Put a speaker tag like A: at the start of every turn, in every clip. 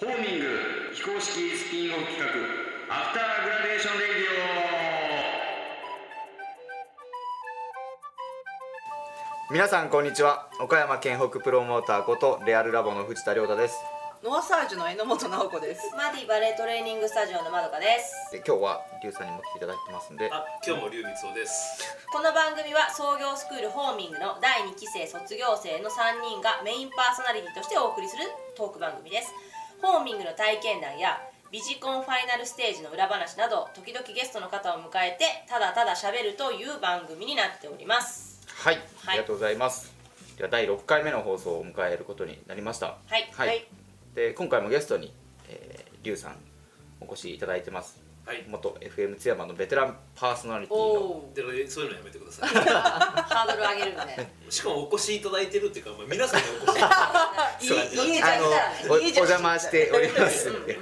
A: ホーミング非公式スピンオフ企画アフターグラデーションレディ
B: 皆さんこんにちは岡山県北プロモーターことレアルラボの藤田亮太です
C: ノアサージュの榎本直子です。
D: マディバレートレーニングスタジオのまどかです
B: で今日はリュウさんにも来ていただいてますんで
E: あ、今日も龍光雄です。
D: この番組は創業スクールホーミングの第2期生卒業生の3人がメインパーソナリティとしてお送りするトーク番組ですホーミングの体験談やビジコンファイナルステージの裏話など時々ゲストの方を迎えてただただ喋るという番組になっております
B: はい、ありがとうございますでは第6回目の放送を迎えることになりました
D: はいはい
B: で今回もゲストに、えー、リュウさんお越しいただいてます
E: はい。
B: 元 FM 津山のベテランパーソナリティ
D: お
B: の
D: お
E: でもねそういうのやめてください。
D: ハードル上げるね
E: しかもお越しいただいてるっていうか、まあ、皆さんにお越し。
D: いい
B: そう
D: いいじゃんいいじゃん
B: おお邪魔しておりますんでね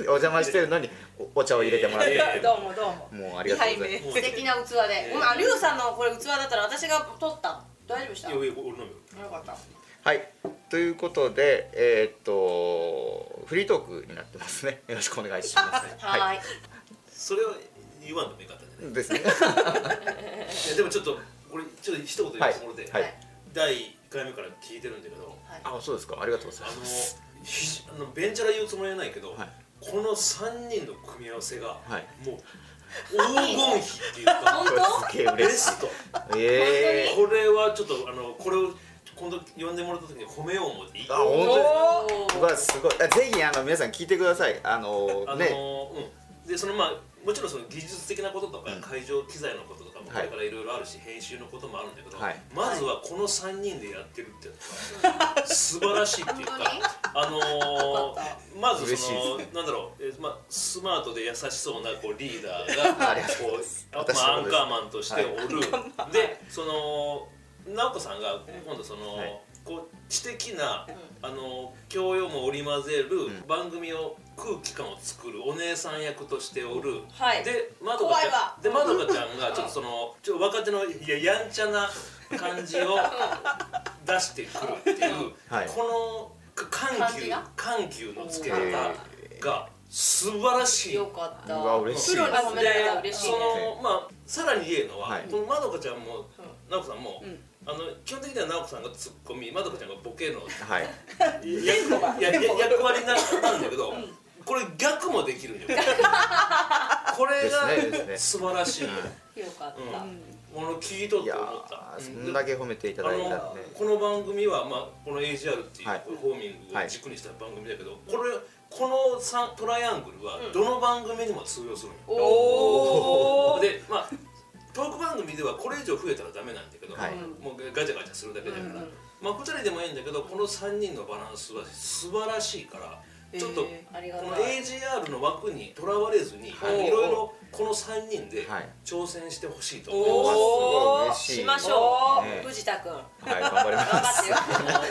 B: お邪魔してるのにおお茶を入れてもらっ
E: い
B: て
E: やいやいや
C: どうもどうも。
B: もうありがとうございます
C: ます。
D: 素敵な器で、まあリュウさんのこれ器だったら私が取った大丈夫でした
E: いやいや、俺のみ。
C: よかった。
B: はい、ということで、えーっと、フリートークになってますね。 よろしくお願いします。
D: はーい
E: それは言わんでもよかったんじゃない
B: い。ですね。
E: いやでもちょっと、これ、ちょっと一言言わせてもらって、
B: はい。
E: 第1回目から聞いてるんだけど、
D: はい
B: あ、そうですか。ありがとうござい
E: あ
B: ます。
E: のひし、あのベンチャラ言うつもりはないけど、
B: はい
E: この3人の組み合わせが、
B: はい
E: もう、黄金比っていうか、
D: 本 当
B: すげえ
E: ベ
B: 嬉しい。
E: スト。
B: え
E: これはちょっと、あの、これを今度呼んでもらった時に褒めよう思って。
B: えー。あ、本
C: お
D: お
B: 当ですか。すごい。あぜひあの皆さん聞いてください。あの
E: あのー
B: ね、
E: うん、でそのまあもちろんその技術的なこととか、
B: うん
E: 会場機材のこととかもこ
B: はい
E: れからいろいろあるし、編集のこともあるんだけど、
B: はい
E: まずはこの3人でやってるっていうの が素晴らしいっていうか
D: 本当に
E: あの
D: よか
E: ー、まずそ
B: 嬉しい
E: の、
B: ですね
E: なんだろう、えーまあ、スマートで優しそうなこうリーダー
B: あ
E: が
B: りがとうござい
E: こ
B: ます
E: うあ
B: 私
E: ま
B: の
E: あ、ア
B: こ
E: ン
B: と
E: カーマンとしておる、でその直子さんが今度その、
B: はい
E: こう知的な、あの教養も織り交ぜる
B: ん
E: 番組を空気感を作るお姉さん役としておる、
D: はい
E: でまどかち
D: 怖いわ
E: ゃんでまどかちゃんがちょっとそのちょっと若手のいややんちゃな感じを出してくるっていう、
B: はい
E: このか
D: 感
E: 緩急
D: じが
E: 緩急のつけ方
B: へ
E: が素晴らしい。
D: よかった。
B: うわ嬉しい
D: プロに褒められたら嬉しい
E: そ
D: ね。
E: のまあさらに言えるのは、
B: はい
E: このまどかちゃんも直子さんも、
C: ん
E: あの基本的には直子さんがツッコミまどかちゃんがボケの
B: はい。
E: 役割やや役割になったんだけど、これ逆もできるんよこれ
B: ですねですね
E: が素晴らしい、
D: よかった。
E: もの聞いとっ
B: い
E: て
B: や
E: 思っ
B: ー、
E: た
B: そ
E: うん
B: んだけ褒めていた
E: あ
B: だいたん
E: の
B: で。
E: この番組は、まあ、この AGR っていう、
B: はい
E: ホーミングを軸にした番組だけど、これこの三トライアングルはどの番組にも通用するんよ、
C: お
D: お
C: お。
E: でまあトーク番組ではこれ以上増えたらダメなんだけど、
B: はい
E: もうガチャガチャするだけだから、
C: うんうん
E: まあ2人でもいいんだけどこの3人のバランスは素晴らしいからちょっと、
C: えー
D: ありが
E: こ
D: とう
E: の。AGR の枠にとらわれずに、
B: はい
E: い、ろいろこの3人で
B: はい
E: 挑戦してほしいと
B: うわす
E: 思いま
B: ごい
C: おー
B: 嬉しい。
D: し
B: は
D: ましょ
B: ね
D: う。藤田 君。頑
B: い、頑張りま
D: 張
B: す。
D: ってよ。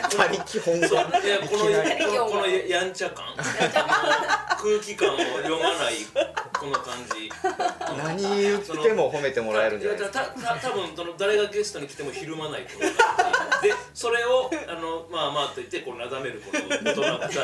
B: 他力本
E: す。そう
B: 願。
E: でこの
B: いきな
D: り
E: このこのやんちゃ感 空気感を読まないこの感じ
B: 何言っても褒めてもらえるんじゃないですか。
E: たたた多分その誰がゲストに来てもひるまないと思うでそれをあのまあまあと言ってこうなだめるこの大人2人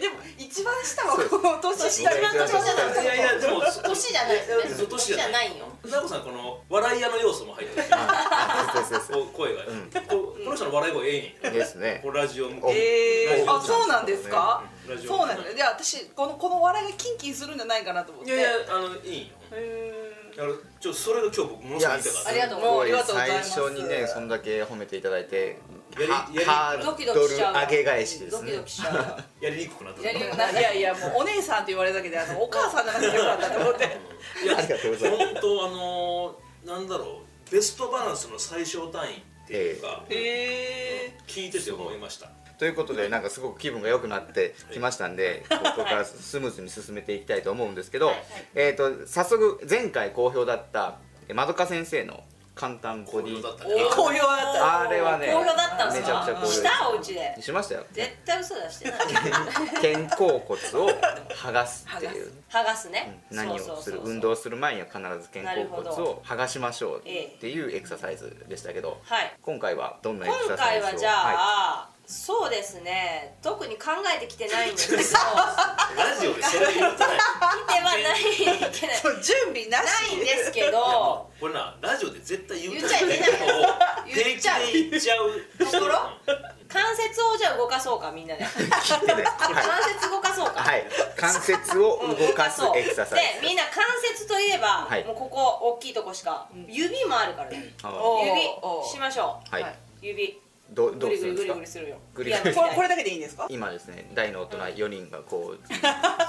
C: でも一番下はこう年下
B: 一番年下
E: いやいやでも
D: 年じゃないですね。
E: 年じゃない
D: 年よ。
E: 奈子さんこの笑い屋の要素も入 ってるし
B: あそう そうそう
E: こう声が、
B: うん
E: こうこの人の笑い声ええん
B: で
E: や
B: すね
E: こ。うラジオ向
B: お
E: け
C: ええー。あそうなんですか。
E: ラジオ
C: そうなんですね。いや私このこの笑いがキンキンするんじゃないかなと思っ
E: い
C: て。
E: やいやあのいいんよ
C: え
E: だからちょそれが今日僕ものすごい見たから
D: ありがとう
C: もうありがとうござい
B: 最
C: ます
B: 初にねそんだけ褒めていただいて
E: やりやり
B: ハ
D: ドキ
B: ー
D: ド
B: ド
D: キ
B: ル
D: しちゃう。
B: 上げ返しです
D: ドキ
B: ね
D: ドキしちゃう。
E: やりにくくなった
D: やりにくくなっ
C: ー。いやいやもうお姉さんって言われるだけであのお母さんじゃなくてよかったと思って。
E: いや
B: ありがとうございます
E: 本当あのーなんだろうベストバランスの最小単位っていうか、
C: ええ
E: 聞いてて思いました
B: ということでなんかすごく気分が良くなってきましたんでここからスムーズに進めていきたいと思うんですけど
D: はいはい
B: えーと早速前回好評だったまどか先生の簡単ボデ
E: 好評だった
B: ィ
E: ね
C: ー。好評だった。
B: あれはね
D: 好評だったんす
B: めちゃくちゃ好
D: か。
B: 評です
D: したお家で。
B: しましたよ
D: 絶対嘘出 してない。
B: 肩甲骨を剥がすっていう
D: 剥がすね。
B: 何を
D: そう
B: す
D: そう
B: る
D: そう
B: 運動する前には必ず肩甲骨を剥がしましょうっていうエクササイズでしたけど
D: はい。
B: 今回はどんなエク
D: 今
B: ササイ
D: 回
B: ズを
D: はじゃあ、そうですね特に考えてきてないんで すけど来ては
E: ラジオでそれ言ってない
D: ないい けない
C: そう準備な
D: ない
C: し
D: んですけど
E: これなラジオで絶対言う
D: 言っちゃいけない
E: ない
D: 言っちゃう
E: 平気で言っちゃう
D: ところ
E: うん
D: 関節をじゃあ動かそうかみんなで関
B: 聞いてねは
D: 節動かそうか、
B: い、はい、関節を
D: うん
B: 動かす
D: そう
B: エクササイズ
D: でみんな関節といえば、
B: はい
D: もうここ大きいとこしか指もあるからね
B: あ
C: お
B: ー
C: ー
D: 指しましょう
B: はい、
C: はい
D: 指
B: どど
D: グ
B: う
D: リ
B: する
D: グリ
B: ん
D: グ
B: です
D: リ
B: か
D: グ
B: グ
D: リするよ
B: リグリ
D: いや
C: こ
D: み
C: れ
D: たい
C: これだけでいいんですか
B: 今ですね大の大人4人がこう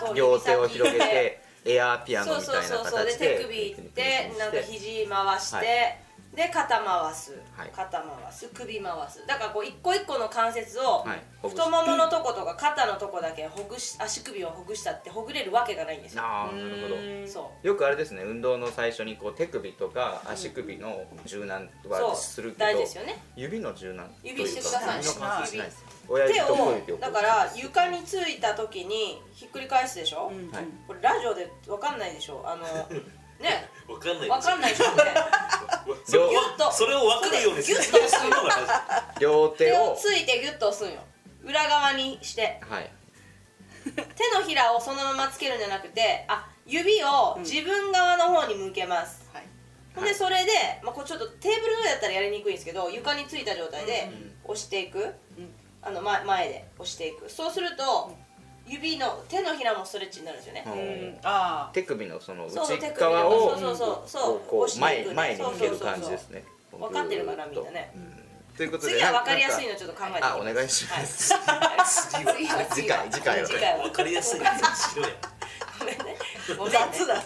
D: そう
B: 両手を
D: 指先
B: 広げてエアーピア
D: そ
B: ノ
D: う
B: み
D: そう
B: たいな
D: そうそうで
B: 形
D: 手
B: で
D: 首いってなんか
B: して
D: 肘回して、
B: はい
D: で肩回す、
B: はい
D: 肩回す首回すだからこう一個一個の関節を、
B: はい
D: 太もものとことか肩のとこだけほぐし足首をほぐしたってほぐれるわけがないんですよ
B: ああなるほど
D: そ
B: よくあれですね運動の最初にこう手首とか足首の柔軟
D: うそ
B: は
D: う
B: するけど
D: 大事ですよね
B: 指の柔軟
D: 指してください
B: 指の関節しないです親指
D: 手
B: と小指
D: を
B: を
D: だから床についた時にひっくり返すでしょ、
C: うん
B: はい
D: これラジオでわかんないでしょあのね
E: わかんない
D: わかんないでしょね
E: それを
D: ギュッと
E: それを分かるように
D: ギュッと
E: 説明するのがラ
B: 両
D: 手
B: 手
D: を
B: を
D: ついてギュッと押すんよ裏側にして
B: はい
D: 手のひらをそのままつけるんじゃなくてあ指を自分側の方に向けます、
C: はい
D: ほんでそれで、まあ、こうちょっとテーブルの上だったらやりにくいんですけど床についた状態で押していく、
C: ん
D: あのま、前で押していくそうすると指の手のひらもストレッチになるんですよね、
B: う
C: うんんあ
B: 手首のその内
D: そう手首とか
B: 側を
D: そうそうそうそう
B: こ
D: 押し
B: う前
D: ていくね
B: 前に向ける
D: そうそうそう
B: 感じですね
D: 分かってるかな
B: ぐ
D: み
B: ー
D: ん
B: っと
D: なね
B: ということで
D: 次は
B: なん
D: 分かりやすいのちょっと考えてみます
B: あお願いします
D: はい次は
B: 次回次回は
D: 次回
E: ジオ
D: は
E: わかりやすい説明しろや
D: ごめんねごめんね
C: 雑 だ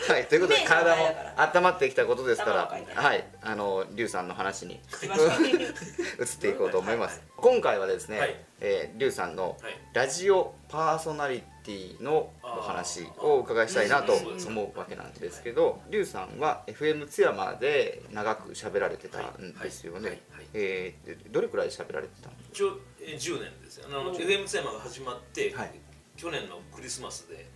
B: はい、ということで
D: イメージの
B: 体
D: 前だ
B: も温まってきたことですか
D: 頭をかいて
B: ら、はい、あのリュウさんの話に 移
D: ましょう
B: っていこうと思います
E: は。
B: 今回はですね、
E: はい
B: えーリュウさんの
E: はい
B: ラジオパーソナリティの
E: あー
B: お話をお伺いしたいなと
E: うんうん
B: 思うわけなんですけど、リュウさんは FM 津山で長く喋られてたんですよ
E: はいはい
B: ね
E: はい。
B: えーどれくらい喋られてたの？
E: 一応えー10年ですよあの FM 津山が始まって、
B: はい
E: 去年のクリスマスで、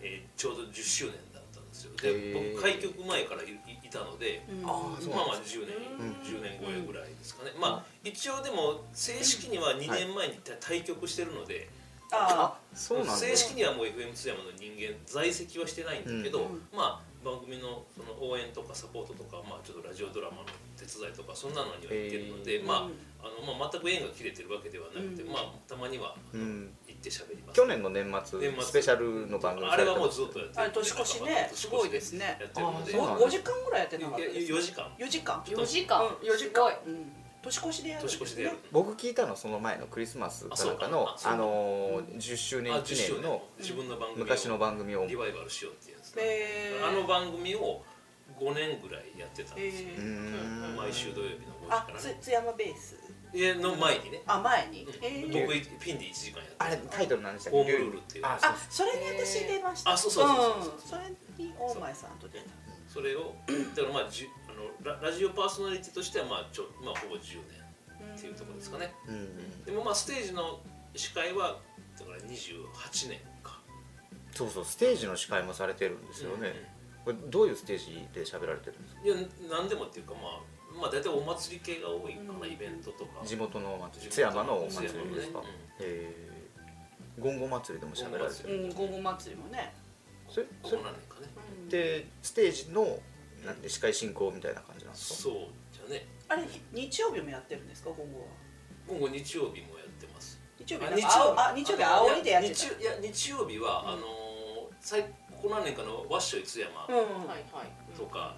E: えーちょうど10周年だったんですよ
B: へ
E: で
B: ー
E: 僕開局前からいいいたので、
C: うん
B: あーそう
E: ま
B: な
E: あ
B: ん
E: ま
B: で
E: あ10年、10年超えぐらいですかね、まあ一応でも正式には2年前に対局してるので、
C: あ
B: あ、そうなん
E: 正
B: です。
E: 式にはもう FM 津山の人間在籍はしてないんだけど、
B: うん
E: まあ番組のその応援とかサポートとか、まあ、ちょっとラジオドラマの手伝いとかそんなのには行ってるの
B: へ
E: で、
B: ー
E: まああのまあ、全く縁が切れてるわけではなくて、
C: うん
E: まあ、たまには
B: うん。
E: 行って喋ります
B: 去年の年末
E: 年末
B: スペシャルの番組
E: あれはもうずっ
B: と
E: とやって
C: あれ年越しねすごいですね
E: やってるので
B: あそうなん
E: ま
B: だ
E: あ
C: 5時間ぐらいやってなかったです
E: 4時間
C: 4時間
D: 4時間、
C: うん4時
D: すごい
C: 間うん年越しでやるん
E: 年
C: すね
E: 越しでやる
B: 僕聞いたのその前のクリスマスかなんかの
E: あ
B: あ
E: そうかあそうか
B: のー10周
E: あ
B: 年
E: 10
B: 記
E: 周
B: 念
E: 年
B: の
E: の自分の番組を
B: 昔の番組を
E: リバイバルしようっていうんですね
C: えー
E: あの番組を5年ぐらいやってたんですよ、
C: え
B: うー
C: ー
B: ん
E: 毎週土曜日の
C: あ
E: 5時から
C: つ津山ベース
E: 家の前にね、
C: あ前に
E: うん
C: えー
E: 僕ピンで1時間やって
B: あれタイトル何でしたっ
E: ホ
B: け
E: ームルールっていう
B: あそう
C: あそれに私出ました
E: あそうそうそうそ
C: うんそ
E: う
C: れに大前さんと出た
E: それをだからまあじゅあのララジオパーソナリティとしてはまあちょまあほぼ10年っていうところですかね
B: うんうん
E: でもまあステージの司会はだから28年か
B: そうそうステージの司会もされてるんですよねこれどういうステージで喋られてるんですか
E: いや何でもっていうかまあまあ大体お祭り系が多いかな
C: うん
E: イベントとか
B: 地元のお祭り
E: 地
B: 津
E: 元
B: 山
E: の
B: のお祭りですか
E: 津山のね
B: へえゴンゴ祭りでも喋られて
E: う
B: る
E: ん
C: うん午後祭りもね
B: それ
E: こ
B: そ
E: こ
B: れ
E: 何年かね
B: ってステージのなんで司会進行みたいな感じなんですか
E: そうじゃね
C: あれ日曜日もやってるんですか今後は
E: 今後日曜日もやってます
C: 日曜日
E: あ
C: なんかあ日曜日あおりでやってた
E: い日いや日曜日は、あのー最ここ何年かのワッショイ津山
C: うん
D: はいはい
E: とか、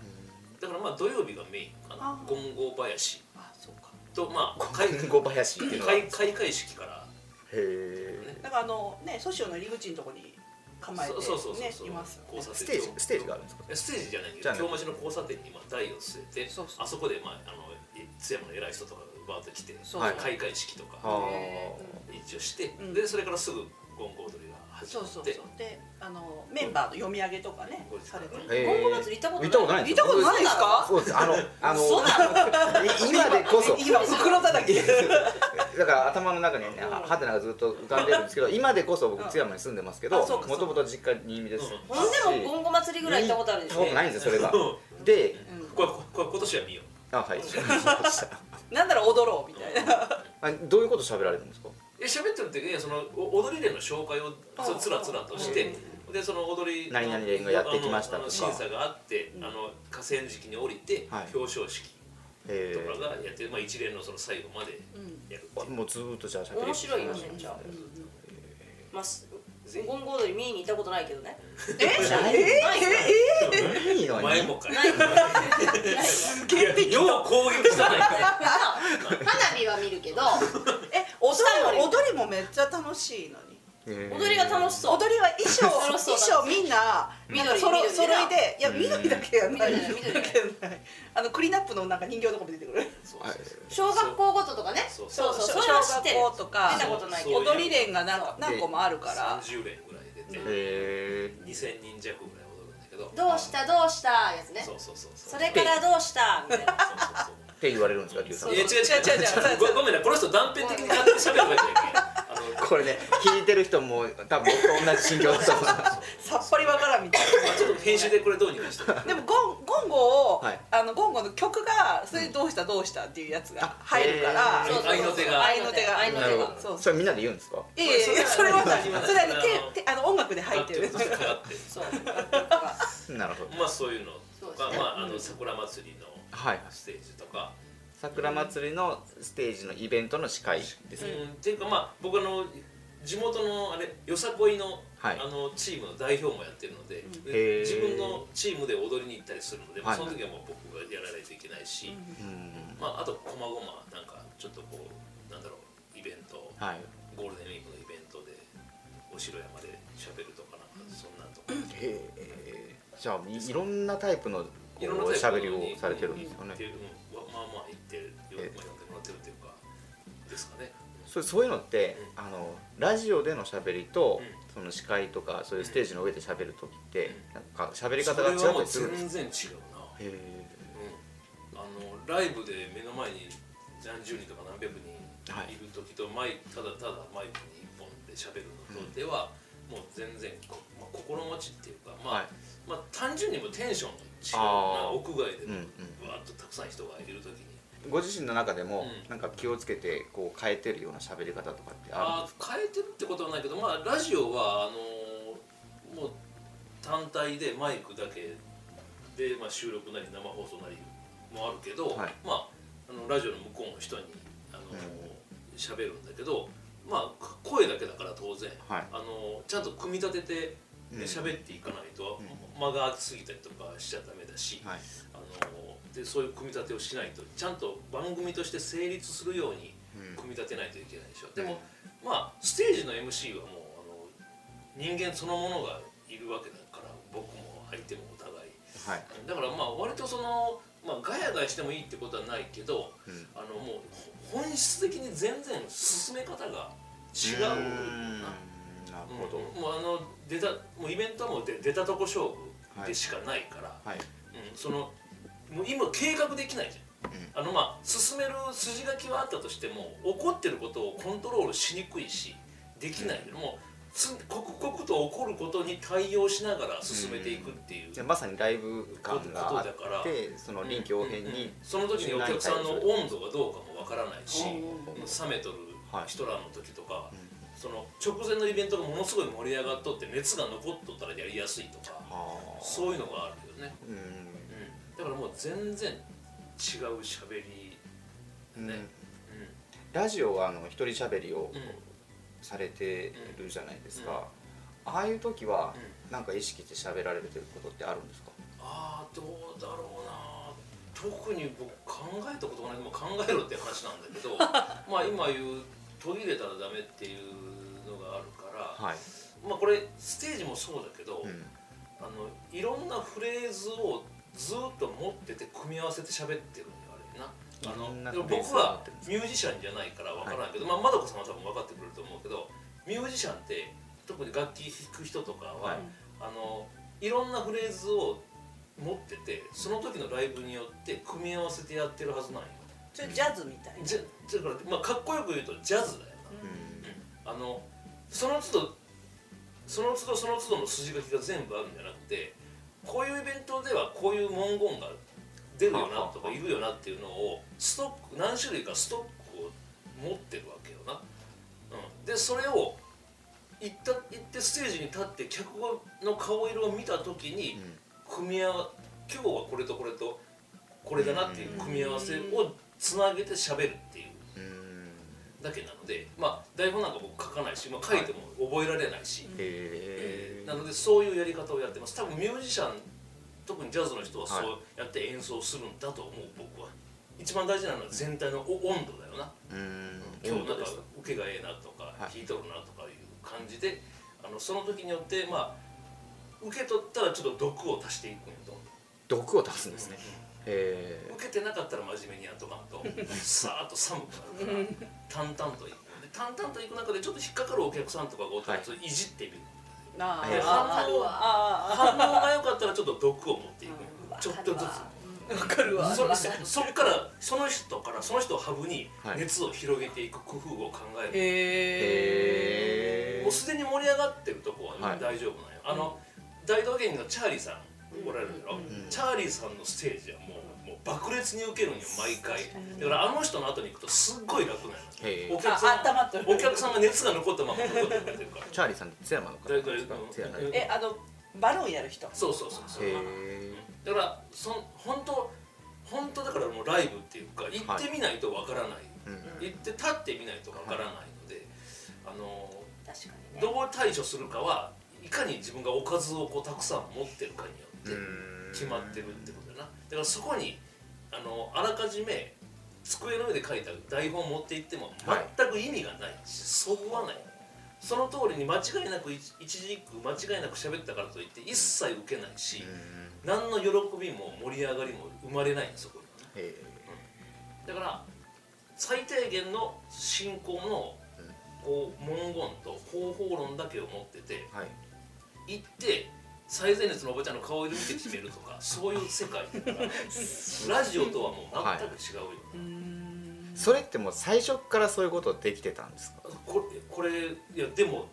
E: だからまあ土曜日がメインかな
C: あ
E: 金剛林
C: あそうか
E: とまあ開
B: ゴンゴ林っていうのはへ
E: 開開会式から
B: え
C: だからあのねソシオの入り口のとこに構えて
E: そうそうそうそう
C: ねいます
E: 交差点
B: ステージステージがあるんですか
E: えステージじゃないけ
B: じゃ
E: ど
B: ない
E: 京町の交差点にまあ台を据えて
C: そうそう
E: あそこでまああのえ津山の偉い人とかがバーッと来て
C: そう
B: はい
E: 開会式とか
B: あ
E: 一応して、
C: うん
E: でそれからすぐゴンゴ踊りが始
C: そ
E: ま
C: う
E: って
C: そうそうであのメンバーの読み上げとかね
E: うん
C: されてる
E: へ
B: あ、へえ
D: 今後祭り行ったことない
B: 行ったことないんですよ
C: 見たことないですか
B: そうですあのあの
D: そうなの
B: い今でこそ
C: 今袋叩 き
B: だから頭の中にねはハテナがずっと浮かんでるんですけど今でこそ僕津山に住んでますけど
C: あそうか
B: も
C: そうか
B: ともと実家新見ですし
E: うん
D: ほんでもゴンゴ祭りぐらい行ったことあるでしょ
B: 行ったことないんですよそれが
E: うん
B: で
C: うん
E: これこれこれ今年は見よう
B: あはい
C: なんだろう踊ろうみたいな
E: うん
B: あどういうこと喋られるんですか
E: え喋ってる時にそのお踊り連の紹介をつつらつらとしてでその踊りの
B: 何々連がやってきました
E: あのあの
B: とか
E: 審査があってあの河川敷に降りて
B: はい
E: 表彰式
B: え
E: とかがやって、まあ、一連のその最後までやるっていう
B: ー、もうずーっとじゃあ喋り
D: 面白いよねじゃあ、まあす
E: ぜひ
D: ゴンゴ踊り見に行ったことないけど ね
C: ええ
B: いいのに
E: 前もかい
D: ない
E: いやよう攻撃したね
D: 花火は見るけど
C: え踊りも踊りもめっちゃ楽しいのに
B: えー
D: 踊りが楽しそう
C: 踊りは衣装
D: 楽し そ
C: 衣
D: う
C: 装みんななんかそろ
D: 緑
C: 揃
D: 緑
C: いでいや緑だけやない
D: 緑緑
C: だけやないあのクリーンアップのなんか人形とかも出てくる
E: そう
B: はい
D: 小学校ごととかね
E: そう
D: そうそうそれは知ってる
C: 小学校とか
D: 出たことないけど
E: そう
C: 踊り連がなんか
D: そう
C: 何個もある
E: か
C: から
E: 30連ぐらい出て
B: え
E: 2000人弱ぐらい踊るんだけど
D: どうしたどうしたやつね
E: そうそうそうそう
D: それからどうしたみたいな
E: そうそうそう
B: ー、って言われるんですか、リュウさん
E: いや違う違う違う違うごごめんねこの人断片的に勝手に喋るわけじゃないからあの
B: これね、聞いてる人も多分僕と同じ心境だと思う
C: さっぱりわからんみたいな
E: ちょっと編集でこれどうにかして
C: でもゴンゴンゴを、
B: はい
C: あのゴンゴの曲がそれでどうしたどうしたっていうやつが入るから、
B: あ
E: えー愛の手が
D: 愛の手が
C: 愛
D: 愛
C: の
D: の
B: なる
D: 手
B: ほ
D: が
B: ど
C: そう
B: それみんなで言うんですか
C: いやいやいやそれはないそれはね
E: あの
C: 手手あの音楽で入ってる
E: かかってる
D: そう楽曲が
B: なるほど
E: まあそういうのと
D: そう
E: か、
D: ですね
E: まああの桜祭りの
B: はい
E: ステージとか、
B: 桜祭りのステージのイベントの司会ですね、
E: うん、っていうかまあ僕あの地元のあれよさこいの、
B: はい
E: あのチームの代表もやってるので、で
B: へー
E: 自分のチームで踊りに行ったりするので、ま
B: は
E: あ
B: い
E: その時はもう僕がやらないといけないし、
B: うん
E: まああとこまごまなんかちょっとこうなんだろうイベント
B: はい
E: ゴールデンウィークのイベントでお城山で喋るとかなんかそんなんとか、
B: へえじゃあいいろんなタイプのこう
E: いろんなタイプ
B: 喋りをされてるんですよね
E: っていううんまあまあ言ってる、まあ、呼んでもらってるというかですかね。
B: そそういうのってあのラジオでの喋りと、
E: う
B: その司会とかそういうステージの上で喋る時って、
E: うん
B: なんか喋り
E: そ
B: 方が違
E: れは
B: った
E: もう
B: りするんです
E: 全
B: か
E: 然違う
B: へ
E: な。
B: え
E: あのライブで目の前に何十人とか何百人
B: はい
E: いる時と、マイただただマイクに一本で喋るのとでは、もう全然こ、まあ、心持ちっていうか、まあ
B: はい
E: まあ、単純にもうテンションが違うな
B: あー
E: 屋外で
B: うん
E: も
B: うん
E: わーっとたくさん人がいる時に。
B: ご自身の中でも、
E: うん
B: なんか気をつけてこう変えてるような喋り方とかってあるん
E: あー変えてるってことはないけど、まあ、ラジオはあのーもう単体でマイクだけで、まあ、収録なり生放送なりもあるけど、
B: はい
E: まあ、あのラジオの向こうの人にあのー喋、るんだけど、まあ、か声だけだから当然、
B: はい
E: あのーちゃんと組み立てて
B: うん
E: ね喋、っていかないと、
B: う
E: 間が空きすぎたりとかしちゃダメだし。
B: はい
E: あのでそういう組み立てをしないとちゃんと番組として成立するように
B: うん
E: 組み立てないといけないでしょ、でもまあステージの MC はもうあの人間そのものがいるわけだから僕も相手もお互い
B: はい
E: だからまあ割とその、まあ、ガヤガヤしてもいいってことはないけど、
B: うん
E: あのもうほ本質的に全然進め方が違
B: ー
E: うなん
B: なるほど、
E: うんもうあの出たもうイベントはもう出出たとこ勝負でしかないから、
B: はい
E: うん、そのもう今計画できないじゃん、あのまあ進める筋書きはあったとしても起こってることをコントロールしにくいしできないけどもうつ刻々と起こることに対応しながら進めていくっていう、
B: でまさにライブ感があっ
E: ことだから
B: てその臨機応変に、
E: うんうんその時にお客さんの温度がどうかもわからないし、
B: うん
E: 冷めとる
B: はい
E: 人らの時とか、
B: ん
E: その直前のイベントがものすごい盛り上がっとって熱が残っとったらやりやすいとか
B: あー
E: そういうのがあるよね。
B: うん
E: だからもう全然違う喋り
B: うん
E: ね、
B: ラジオはあの一人喋りを
E: うんうん
B: されてるじゃないですか、ああいう時はなんか意識して喋られてることってあるんですか、
E: ああどうだろうな特に僕考えたことがないでも考えろって話なんだ けどまあ今言う途切れたらダメっていうのがあるから、
B: はい、
E: まあこれステージもそうだけど、
B: うん
E: あのいろんなフレーズをずっと持ってて組み合わせて喋ってるのよあれな。あ
B: いろん
E: の
B: な
E: でも
B: フレーズ
E: 僕
B: を持
E: は
B: ってるんです
E: ミュージシャンじゃないからわからないけど、まあまどこさんは多分分かってくれると思うけどミュージシャンって特に楽器弾く人とかは、
B: はい
E: い、あのいろんなフレーズを持っててその時のライブによって組み合わせてやってるはずなんよ
C: ちょっとジャズみたいな
E: じゃだから、まあ、かっこよく言うとジャズだよ
B: うん
E: な、あのその都度その都度その都度の筋書きが全部あるんじゃなくてこういうイベントではこういう文言が出るよなとかいるよなっていうのをストック何種類かストックを持ってるわけよな、うん、でそれを行った行ってステージに立って客の顔色を見た時に組み合わ今日はこれとこれとこれだなっていう組み合わせをつなげて喋るっていう
B: うんうん
E: だけなので、まあ、台本なんか僕書かないし、まあ、書いても覚えられないし、え
B: へ
E: ー
B: ー
E: なのでそういうやり方をやってます多分ミュージシャン特にジャズの人はそ
B: はいう
E: やって演奏するんだと思う僕は一番大事なのは全体のお温度だよな
B: うん
E: 今日なん
B: 温度
E: か
B: です
E: 受けがええなとか
B: はい
E: 弾いとるなとかいう感じであのその時によってまあ受け取ったらちょっと毒を足していくんやと思う
B: 毒を出すんですねへ
E: 受けてなかったら真面目にやっとかんとさーっと寒くなるから淡々といくで淡々といく中でちょっと引っかかるお客さんとかがおったら
B: はい
E: ちょっといじってみる、
C: あ
B: えー
C: あーあ
E: 反応が良かったらちょっと毒を持っていく、ちょっとず
C: ーあーわかるわ
E: つそそそっからその人からその人をハブに
B: はい
E: 熱を広げていく工夫を考える、
C: へ
B: へ
E: もうすでに盛り上がってるとこは
B: はい
E: 大丈夫なんよ、あの大道芸人のチャーリーさんおられるだろ、
B: ん
E: チャーリーさんのステージはもうもう爆裂に受けるんよ毎回
C: 確かに
E: だからあの人の後に行くとすっごい楽なんよ
B: へ
E: お
B: ー
E: 客さ
C: あ温まっとる
E: んお客さんが熱が残ったまま残ってくれてる から
B: チャーリーさんって津山の方なんですか
E: だいたいうん
B: 津山で
C: えあのバロンやる人
E: そうそうそうそう、
B: へ
E: だからそん本当本当だからもうライブっていうか行ってみないとわからない、
B: ーうん
E: 行って立ってみないとわからないので、あの
D: 確かにね
E: どう対処するかはいかに自分がおかずをこうたくさん持ってるかによって決まってるってことだなだからそこにあのあらかじめ机の上で書いた台本を持って行っても
B: はい
E: 全く意味がないしそぐわないその通りに間違いなく一一字一句間違いなく喋ったからといって一切受けないし、
B: うん
E: 何の喜びも盛り上がりも生まれないんですよこれはね
B: へ
E: だから最低限の信仰の
B: うん
E: こう文言と方法論だけを持ってて
B: ーはい
E: 行って最前列のおばちゃんの顔色見て決めると かそういう世界だからラジオとはもう全く違うよ、
C: うーん
B: それってもう最初からそういうことできてたんですか
E: これこれいやでも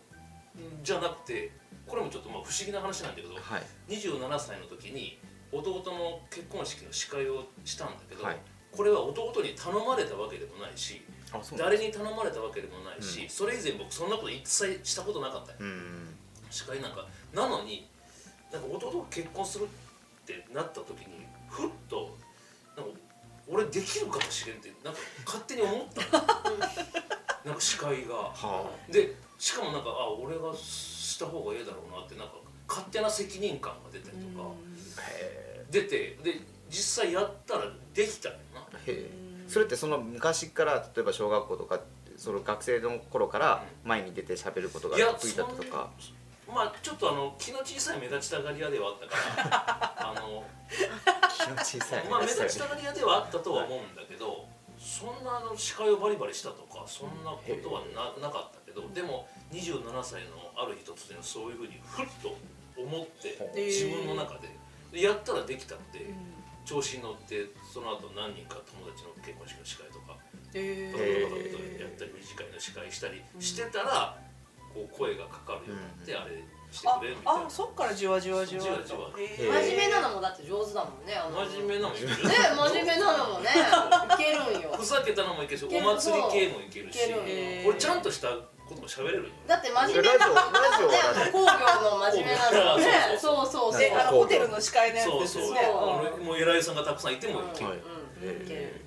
E: じゃなくてこれもちょっとまあ不思議な話なんだけど
B: はい
E: 27歳の時に弟の結婚式の司会をしたんだけど、
B: はい
E: これは弟に頼まれたわけでもないし
B: あそ
E: 誰に頼まれたわけでもないし、それ以前僕そんなこと一切したことなかったよ
B: うん
E: 司会なんかなのになんか弟が結婚するってなった時にふっとなんか俺できるかもしれんってなんか勝手に思ったのなんか司会が。
B: はあ
E: でしかもなんかあ俺がした方がええだろうなってなんか勝手な責任感が出たりとか
B: へ
E: 出てで実際やったらできたよな
B: ーへーそれってその昔から例えば小学校とかその学生の頃から前に出て喋ることが
E: いや
B: 得意だったとか
E: まあちょっとあの気の小さい目立ちたがり屋ではあったから あの
B: 気の小さい
E: まあ目立ちたがり屋ではあったとは思うんだけどそんなあの司会をバリバリしたとかそんなことはななかったけどでも27歳のある日突然そういうふうにふっと思って
B: ほ
C: う
E: 自分の中ででやったらできたので。調子に乗ってその後何人か友達の結婚式の司会とか
C: え
E: とかとかとやったり短いの司会したり
C: うん
E: してたらこう声がかかるようになってあれして
C: あ
E: くれみたい
C: あそっからじわじわじわ
E: じわじわ
C: え
B: へー
C: ー
D: 真面目なのもだって上手だもんねあの
E: な真面目なのもいける
D: ね真面目なのもねいけるんよ
E: ふざけたのもいけるし
D: いけ
E: お
D: る
E: 祭り系もいけるし
D: いけるんよ
C: えー
E: 俺ちゃんとしたことも喋れるよ
D: だって真面目なのもねあの工業の真面目なのもねそうそうそう
C: であの
B: そう
C: ホテルの司会のやつ
E: そう
C: です
E: そう
C: よね
E: 俺もう偉いさんがたくさんいてもいける
B: はい
D: うんうんいける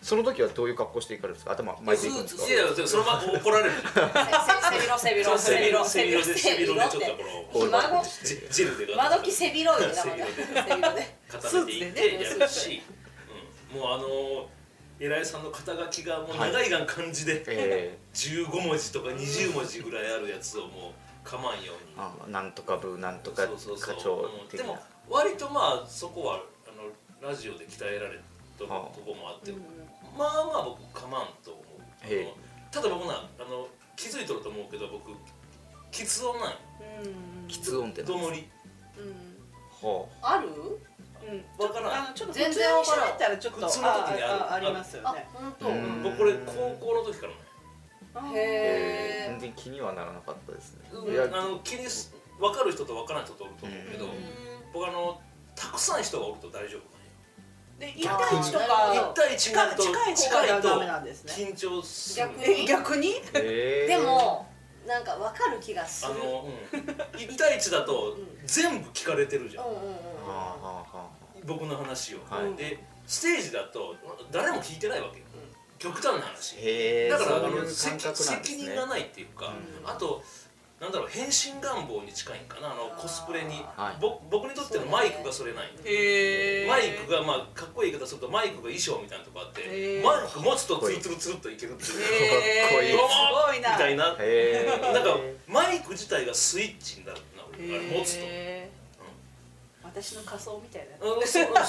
B: その時はどういう格好していかれるんですか頭巻いていくんですか
E: いやいやでもそのまま怒られる
D: せせびろせびろ
E: 背
D: せびろ
E: 広
D: せ
E: 背
D: びろ
E: 広で背
D: せび
E: 広
D: ろ
E: で
D: っ
E: ちょっと
D: て
E: この
B: こういう格好
E: ジ
B: して
E: ジルで
D: 窓き背広いよなまた背広で
E: 固めていってやるし、うん、もうあの偉いさんの肩書きがもう長いがん感じで、
B: え
E: 15文字とか20文字ぐらいあるやつをもう構わんように
B: ー、あなんとか部なんとか課
E: そうそう
B: 長
E: そううん
B: 的
E: で
B: な
E: も割とまあそこはあのラジオで鍛えられたと
B: はあ
E: こもあって、まあまあ僕構わんと思うあ
B: へえ
E: のただ僕なあの気づいとると思うけど僕喫音なんよ
C: うん
B: きつ音ってなん
E: ど
B: です
E: もり
C: うん
B: かは
D: ある
C: うん
E: わからん
C: あのちょっと普通
D: 全
C: に
D: 然わからん
C: 喋ったらちょっと
E: 普通の時にある
C: ああありますよ
D: あ
C: ね
D: 本
B: う
D: 当
B: ん
E: 僕これ高校の時からね
D: へ
B: あ
D: へ
B: 全
D: ー
B: 然気にはならなかったですね
E: うん
B: い や
E: あの気にす分かる人と分からない人とおると思うけど、
B: うん
E: 僕あのたくさん人がおると大丈夫なん
C: で
E: よ
C: 1対1とか
E: 1対1になると
C: 近い近い
E: 近いと
C: ダメなんですね
E: 緊張する
D: 逆に
C: え逆に
B: えー
D: でもなんかわかる気がす
E: あ
D: る
E: の、うん、1対1だと
D: う
E: 全部聞かれてるじゃん
D: うんうんうん
B: はあはあは
E: 僕の話を、
B: はい
E: でステージだと誰も聞いてないわけよ、極端な
B: あ
E: 話
B: へえ
E: だからあ
B: そういう
E: の
B: 感
E: 責
B: 覚なんです
E: 責任
B: ね
E: がないっていうか、あとなんだろう変身願望に近いんかなあのコスプレに、
B: はい
E: ぼ僕にとってのマイクがそれない、
C: へ
E: マイクがまあかっこいい言い方するとマイクが衣装みたいなとこあって、
C: へー
E: マイク持つとツルツルツルっといけるって いう、
B: かっこいい
C: すごいな
E: みたいな、
B: へえ
E: なんかマイク自体がスイッチになるなあれ持つと。
C: へー私の仮装みたいな
E: うんそそんあ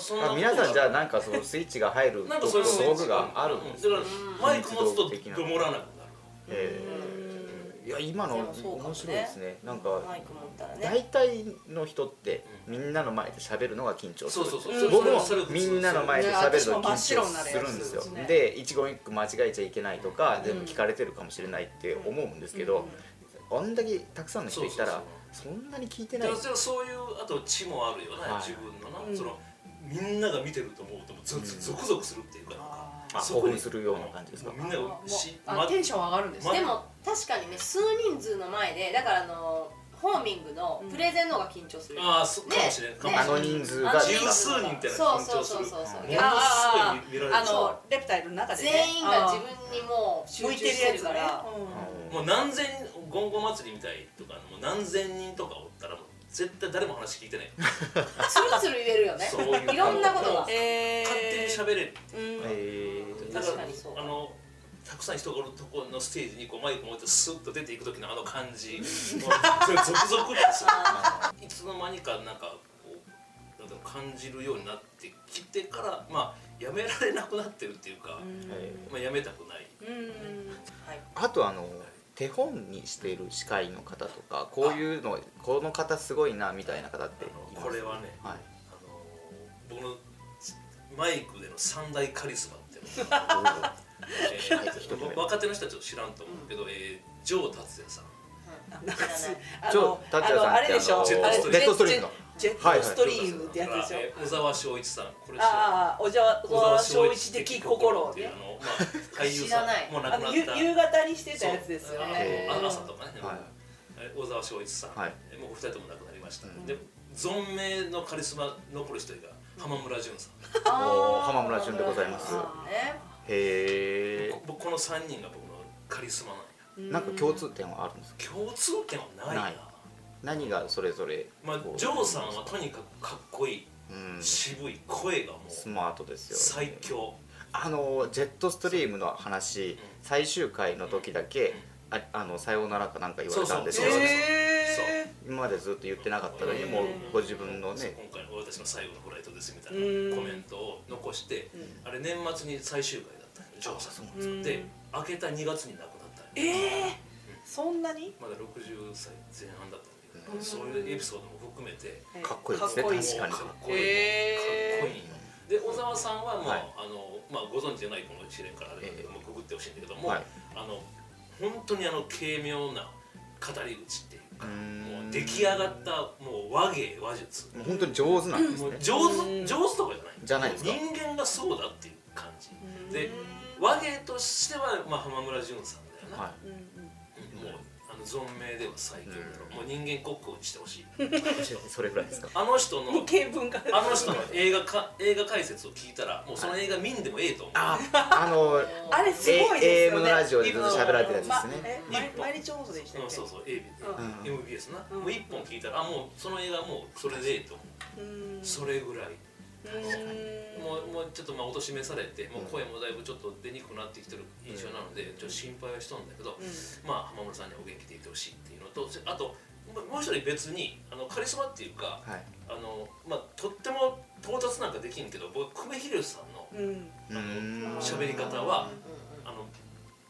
E: そんな
B: あ皆さんじゃあなんかそのスイッチが入る
E: なんかそうい
B: 道
E: う
B: 具があるん
E: ん
B: で
E: ですす
B: ね
E: だからマイク持つと
B: 的な
E: どもらなくなる
B: えーいや今の面
D: でもそうかもね
B: 白いですねなんか
D: マイク持ったらね
B: 大体の人ってみんなの前で喋るのが緊張する
E: そうそう
C: そう
B: 僕も
E: それそれそれ
B: みんなの前で喋るの緊張するんですよ
C: 私も真っ白になるやつ
B: で一言一句間違えちゃいけないとか全部聞かれてるかもしれないって思うんですけどあんだけたくさんの人いたらそんなに聞いて
E: だ
B: ない
E: からそれはそういうあと地もあるよね、
B: はい
E: 自分のな、
C: うん
E: そのみんなが見てると思うともうゾ
B: うん
E: ゾクゾクするっていうかなんか
C: あ
B: まあ
E: そこに
B: 興奮するような感じですか
E: みんなが
C: もう
E: し
C: あ
E: ま
C: テンション上がるんですね
D: でも確かにね数人数の前でだからあのホーミングのプレゼンの方が緊張する、
E: ああそうかもしれない、
D: ね
E: かも
D: ね
E: しれ
B: あ
E: ない
B: の人数が
D: あの
E: 自由数人ってのは緊張する
D: そうそうそうそうそう
E: ものすごい見られ
C: あ
E: るそ
C: のレプタイルの中でね
D: 全員が自分にもう集
C: 向
D: 中
C: いてる
D: して
C: や
D: る
C: つ
D: か
C: ね
D: ら
E: うもう何千ゴンゴ祭りみたいとかもう何千人とかおったらもう絶対誰も話聞いてない
D: つるつる入れるよね
E: そういう
D: いろんなことが
E: もう勝手に喋れる
C: え
B: えー
E: だ
D: 確かにそう
E: あのたくさん人がおるところのステージにこうマイク持ってスッと出ていく時のあの感じもうそれゾクゾクって するいつの間にかなんかこうなんだろう感じるようになってきてからまあやめられなくなってるっていうか、
B: えー
E: まあ、やめたくない
B: あとあの手本にしている司会の方とかこういうのこの方すごいなみたいな方ってい
E: あ
B: ま
E: の
B: す
E: これはね
B: はい
E: あの僕のマイクでの三大カリスマっていうのがえ
B: はい一人目
E: ー若手の人はちょっと知らんと思うけど、えー、ジョー達也さん
C: なんかすあ
B: ちょ
C: の
B: 達也さんって
C: あのあれでしょ
B: あの
C: あれ
E: ジェットストリーム
B: ジェットストリームの
C: ジェットストリームってやつでしょ
E: えー小沢昭一さんこれ知らん
C: ああおじゃ小沢昭一的心
E: っていう
C: ね
E: あの、まあ、俳優
D: 知
E: さ
D: らない
E: んもう亡く
C: あ
E: な
C: の
E: っ
C: ゆ
E: た
C: 夕方にしてたやつですよ
B: へ
C: ね
E: そうあ
B: ー
E: の朝とかね、
B: はい
E: え小沢昭一さん、
B: はい
E: えもうお二人とも亡くなりました、
B: うん
E: で存命のカリスマ残る一人が浜村淳さん、
B: おー浜村淳でございます
D: 浜村淳ね
B: へ
E: 僕この3人が僕のカリスマなん
B: え
E: や
B: んか共通点はあるんですか
E: 共通点はないな
B: ない何がそれぞれ
E: まあ
B: こう
E: ジョーさんはとにかくかっこいい、
B: うんス
E: 渋い声がもう
B: マートですよ
E: 最強
B: あのジェットストリームの話最終回の時だけああのさようならかなんか言われたんです
E: そ
B: け
E: う
B: ど
E: そう
C: へ
B: 今までずっと言ってなかったのにもうご自分のね
E: 今回の私の最後のフライトですみたいなコメントを残して、あれ年末に最終回だったのよジョーさん
B: あ
E: の
B: そう
C: なんです
E: で
C: か
E: 明けた2月に亡くなったの
C: え
E: よ
C: ええそんなに
E: まだ60歳前半だったんだけど、そういうエピソードも含めて
B: かっこいいですね確かに
E: もうかっこいい、
C: へー
E: かっこいいよで小沢さんはもう、
B: はい
E: あのまあ、ご存知じゃないこの一連からあれだけど、もうググってほしいんだけども、
B: はい
E: あの本当にあの軽妙な語り口っていうか
B: うーん
E: もう出来上がったもう和芸和術
B: もう本当に上手なんです
E: もう
B: ね
E: 上手上手とかじゃない
B: じゃないですか
E: 人間がそうだっていう感じで和芸としては、まあ、浜村淳さんだよな、
B: はい
E: もうあの存命では最強だろう、もう人間国宝にしてほしい
B: それぐらいですか
E: あの人の
C: 無形文化
E: あの人の映画か映画解説を聞いたらもうその映画見んでもええと思う、
B: ああ の
C: あれすごいですよ
B: AM
C: ね
B: のラジオでずっと喋られてるやつですね
C: まえ毎毎日放送でしたっ
E: うん、
C: け
E: そうそう、A. B.
B: うん
E: M. B. S. な、もう一本聞いたら、あ、もう、その映画もう、それでええと思
C: うーん
E: う。それぐらい、
C: う
E: もう、もう、ちょっと、まあ、おとしめされて、もう声もだいぶちょっと出にくくなってきてる印象なので、ちょっと心配はしとんだけど。まあ、浜村さんにはお元気でいてほしいっていうのと、せあと、もうもう一人別に、あの、カリスマっていうか。
B: はい
E: あの、まあ、とっても到達なんかできんけど、僕、久米宏さんの
C: んうん
B: うーん
E: 喋り方は、あの。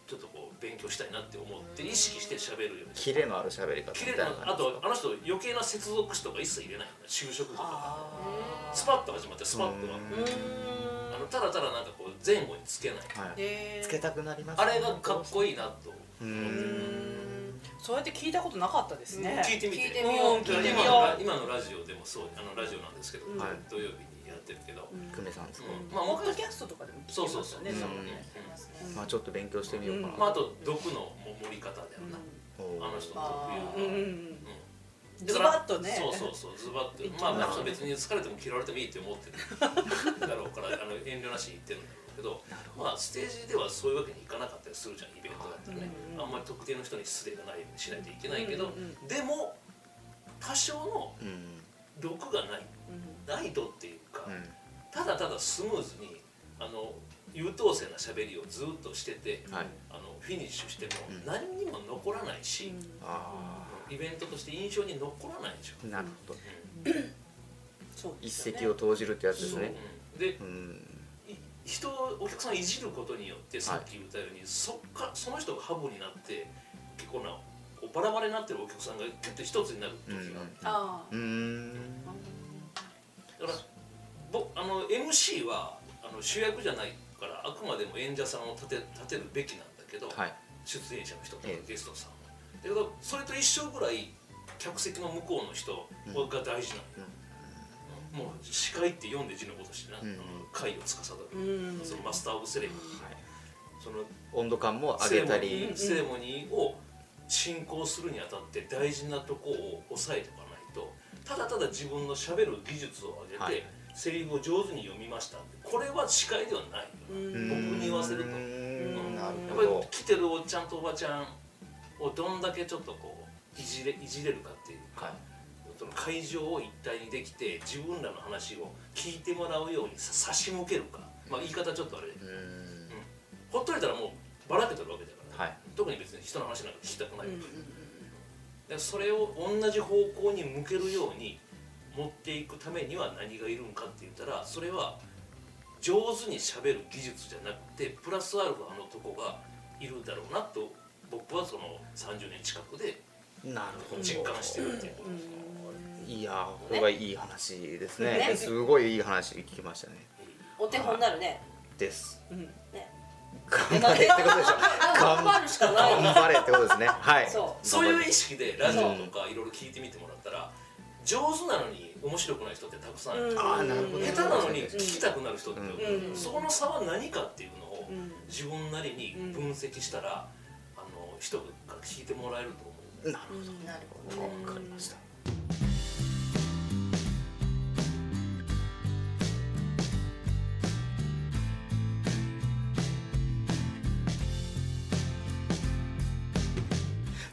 E: ちょっとこう勉強したいなって思って意識して喋るようにして
B: キレのある喋り方み
E: 切
B: た
E: れ
B: い
E: る
B: な
E: の
B: 感
E: あ
B: じ
E: とあの人余計な接続詞とか一切入れないの就職とか
C: あ
E: スパッと始まってスパッとは
B: うん
E: あのただただなんかこう前後につけない
B: はい
C: ー
B: つけたくなります
E: あれがかっこいいなと
B: う
C: う
B: ーん
C: ーんそうやって聞いたことなかったですね
E: 聞いてみて
D: 聞いてみよう
E: だから
C: 聞いてみ
E: 今の
C: よ
E: 今のラジオでもそうあのラジオなんですけど
C: うん
B: はい
E: 土曜日にやってってるけど、
B: 久米さんですか、
E: うん
C: ま
E: ま
C: あ
E: あ
C: ポッ
E: もっ
C: ド
E: と
C: キャストとかでも聞
E: そう
C: け
E: そ
C: ま
E: う
C: す
E: そ
C: よ
E: う
C: ねそのね
D: うん
B: まあちょっと勉強してみようかな、
E: まあ、あと毒の盛り方だよな、
B: おー
E: あの人
C: あ
E: 特
C: ーう
E: 有
C: んう
E: の、うん
C: んうん
E: だ
C: ズ
E: か
C: バ
E: ら
C: ッとね
E: そうそうそうズバ ッとまあなんか別に疲れても嫌われてもいいって思ってるだろうからあの遠慮なしに言ってるんだろうけどまあステージではそういうわけにいかなかったりするじゃんイベントだったらね、
C: うんうん
E: あんまり特定の人に失礼がないしないといけないけ
C: う
E: ど、
C: んうん
E: でも多少の
B: うん
E: 毒がない
C: うん
E: ない度っていうか、
B: う
E: ただただスムーズにあの優等生な喋りをずっとしてて、
B: んはい
E: あのフィニッシュしても
B: うん
E: 何にも残らないし、
B: あ
E: イベントとして印象に残らないでしょ、
B: あなるほど
C: そうです
B: 一
C: よね
B: 石を投じるってやつですね
E: うんで
B: うん
E: い人をお客さんをいじることによってさっき言ったように、そっかその人がハブになって結構なこうバラバラになってるお客さんがキュッと一つになる
B: うん
E: 時がある、
C: あ
B: うんうん
E: だから僕あの MC はあの主役じゃないからあくまでも演者さんを立て立てるべきなんだけど、
B: はい
E: 出演者の人とか
B: ええ
E: ゲストさんは。だけどそれと一緒ぐらい客席の向こうの人が大事なのよ、もう司会って読んで字のことしてな、
B: うん
E: あの会を司る、
C: うん
E: そのマスター・オブ・セレモニー、
B: はい
E: その
B: 温度感も上げた
E: セレモニ
B: り
E: ーセレモニーを進行するにあたって大事なとこを押さえておかないとただただ自分のしゃべる技術を上げて、
B: はい
E: セリフを上手に読みましたってこれは司会ではないよ
C: うん
E: 僕に言わせると
B: う
E: うん
B: んなる
E: やっ
B: ほ
E: ぱり
B: ど
E: 来てるおっちゃんとおばちゃんをどんだけちょっとこういじれいじれるかっていうか、
B: はい
E: その会場を一体にできて自分らの話を聞いてもらうようにさ差し向けるか、まあ、言い方ちょっとあれ
B: うん
E: ほっといたらもうばらけてるわけだから、
B: はい
E: 特に別に人の話なんか聞きたくない、
C: うんうん
E: だからそれを同じ方向に向けるように持っていくためには何がいるんかって言ったらそれは上手にしゃべる技術じゃなくてプラスアルファのとこがいるんだろうなと僕はその30年近くで
B: なるほど
E: 実感してるっていうことですね。
B: いやーこれはいい話ですね
D: ね
B: すごいいい話聞きましたね
D: お手本になるね
B: です
C: うん
D: ね
B: 頑張れってことでしょ
D: 頑張るしかない
B: 頑張れってことですねはい
D: そ
E: そういう意
B: 意
E: 識でラジオとかいろいろ聞いてみてもらったら上手なのに面白くない人ってたくさんいる、
C: うん
B: ああなるほど
E: 下手なのに聞きたくなる人って、
C: うん
E: そこの差は何かっていうのを
C: うん
E: 自分なりに分析したら、あの人が聞いてもらえると思う
B: なるほ
D: うなるほど
B: どわかりました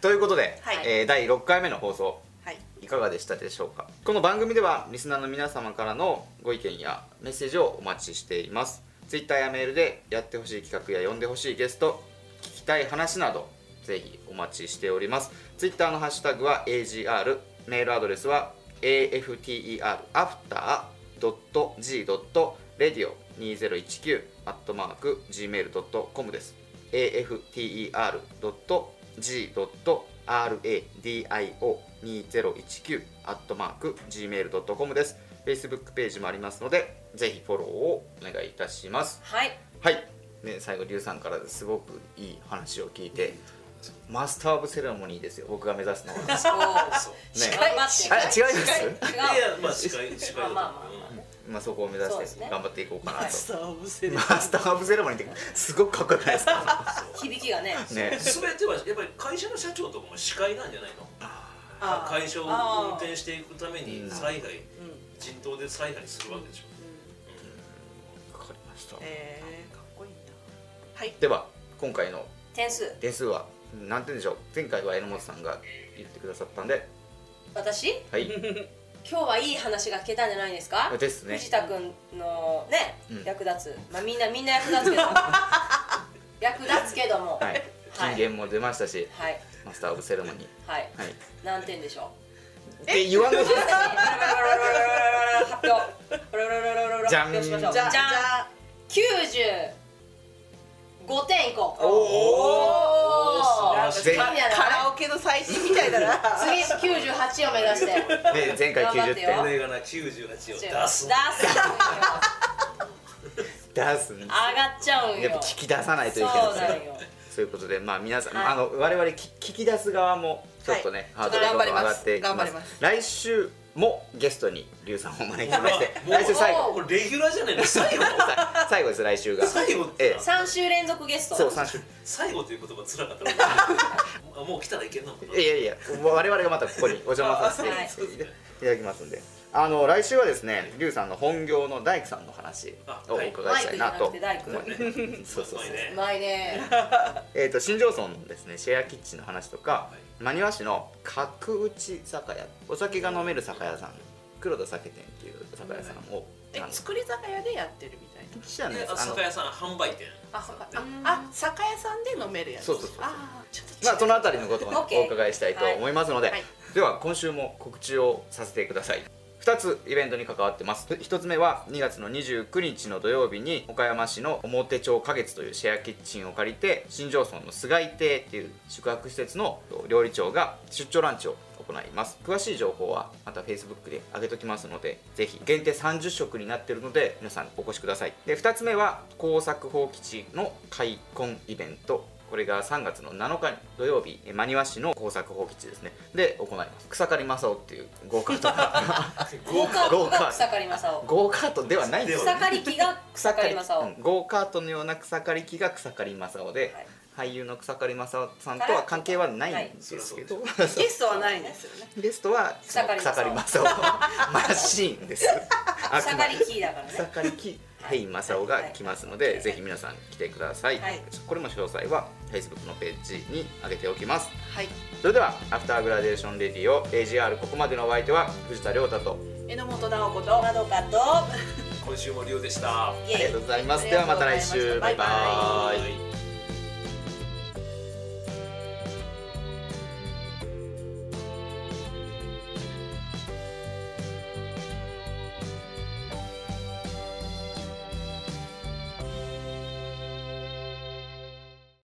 B: ということで、
C: はい
B: えー第6回目の放送
C: はい
B: いかがでしたでしょうかこの番組ではリスナーの皆様からのご意見やメッセージをお待ちしていますツイッターやメールでやってほしい企画や呼んでほしいゲスト聞きたい話などぜひお待ちしておりますツイッターのハッシュタグは AGR メールアドレスは after.g.radio2019-gmail.com です after.g.radio2019-gmail.com です Facebook ページもありますのでぜひフォローをお願いいたします
D: はい
B: はい、ね、最後リュウさんからすごくいい話を聞いてマスター・オブ・セレモニーですよ僕が目指すのはね
E: そう
D: 頑張って
B: あ違います
E: いやいやまあ司会司会だと思
D: まあま
E: う、
D: あまあ
E: うん
B: まあそこを目指
D: そうで
B: し
D: す
B: て
D: ね
B: 頑張っていこうかなと、
C: マスターオブセレモニー
B: マスター・オブ・セレモニーってすごくかっこよくないです か
D: 響きがね
B: ね
E: 全てはやっぱり会社の社長とかも司会なんじゃないの
C: あー
E: 会社を運転していくため
B: う
E: に
B: ん
E: 災害
C: うん
E: 人頭で災害するわけでしょ、
B: わかりました
C: えーかっこいいな
B: では今回の
D: 点数
B: 点数はうん何点でしょう前回は榎本さんが言ってくださったんで
D: 私
B: はい
D: 今日はいい話が聞けたんじゃないですか
B: ですね
D: 藤田君のね、
B: うん
D: 役立つまあみんなみんな役立つけ ど役立つけどもは
B: はいい金言も出ましたし、
D: はい、
B: マスター・オブ・セレモニーはい
D: 何点でしょ
B: って言わないで
D: う発表
B: じゃん
D: 発表しましょう
C: じゃあ
D: じ
C: じゃ
D: ゃん
C: あ
D: 95点いこう
B: お
D: お
E: 素晴
D: ー
E: らしい
D: 神や
C: カ
D: な
C: ラオケの最新みたいだな
D: 次98を目指して
B: で前回
D: 頑張っ
B: 90
D: て
B: 点
D: よ
E: 俺がな98を出す
D: 出す
B: 出すんです
D: 上がっちゃうんよ
B: やっぱ聞き出さないといけない
D: そうなんよ
B: そういうことでまあ皆さん、
D: はい
B: あの我々き聞き出す側もちょっとね、
C: は
B: ハー
C: い
B: ドルがどんどん上
C: ちょっと頑張ります
B: がっていきます
C: 頑張ります
B: 来週もゲストに龍さんをお招きしまして
E: もう
B: 来週最後
E: これレギュラーじゃないの最後
B: さ最後です来週が
E: 最後って
B: ええ
D: 3週連続ゲスト
B: そう三週
E: 最後という言葉つらかったなもう来たらいけんのかない
B: やいや我々がまたここにお邪魔させて
D: はい
E: そうですね
B: いただきますんであの来週はですね龍さんの本業の大工さんの話をお伺いしたいなと思い
D: マイクじゃなく
B: ますそうそうそう
E: まいね
C: うまいね
B: えー、と新庄村のですねシェアキッチンの話とか
E: は
B: 真庭市の角打ち酒屋お酒が飲める酒屋さん黒田酒店っていう酒屋さんを
C: え
B: あの
C: 作り酒屋でやってるみたいな
B: 記者のや
E: で
B: つあの
E: 酒屋さん販売店
C: あほかああ酒屋さんで飲めるやつ
B: そうそうそう
C: あーちょっと
B: まあそのあたりのことをね
D: OK
B: お伺いしたいと思いますので、
C: はい
B: では今週も告知をさせてください2つイベントに関わってます1つ目は2月の29日の土曜日に岡山市の表町花月というシェアキッチンを借りて新庄村の菅井亭っていう宿泊施設の料理長が出張ランチを行います詳しい情報はまた Facebook で上げときますのでぜひ限定30食になってるので皆さんお越しくださいで2つ目は工作放棄地の開墾イベントこれが3月の7日に土曜日えー真庭市の工作放棄地ですねで行います草刈正雄っていうゴーカートが
D: 豪華
B: 豪華
D: が草刈正雄
B: ゴーカートではないんです
E: では
D: 草刈機が草刈正雄
B: うんゴーカートのような草刈り機が草刈正雄で、俳優の草刈正雄さんとは関係はないんですけど、
C: ゲストはないんですよね
B: ゲストはそ
D: 草
B: の
D: 刈
B: 草
D: 正雄
B: 刈正雄 マシーンですあ
D: 草
B: くま
D: 刈
B: で
D: 機だから
B: 草
D: ね
B: 刈きはい正雄が来ますので、ぜひ皆さん来てください、
D: はい
B: これも詳細は Facebook のページに上げておきます
C: はい
B: それではアフターグラデーションレディオ AGR ここまでのお相手は藤田亮太と
C: 榎本直子と
D: まどかと
E: 今週もリオでした
D: イ
B: あり
D: エイ
B: がとうございます
C: あり
B: で
C: がと
B: は
C: う
B: ま
C: ご
B: た
C: ざ
B: 来
C: いました
B: 週バイバ
C: バイバ
B: イ
E: い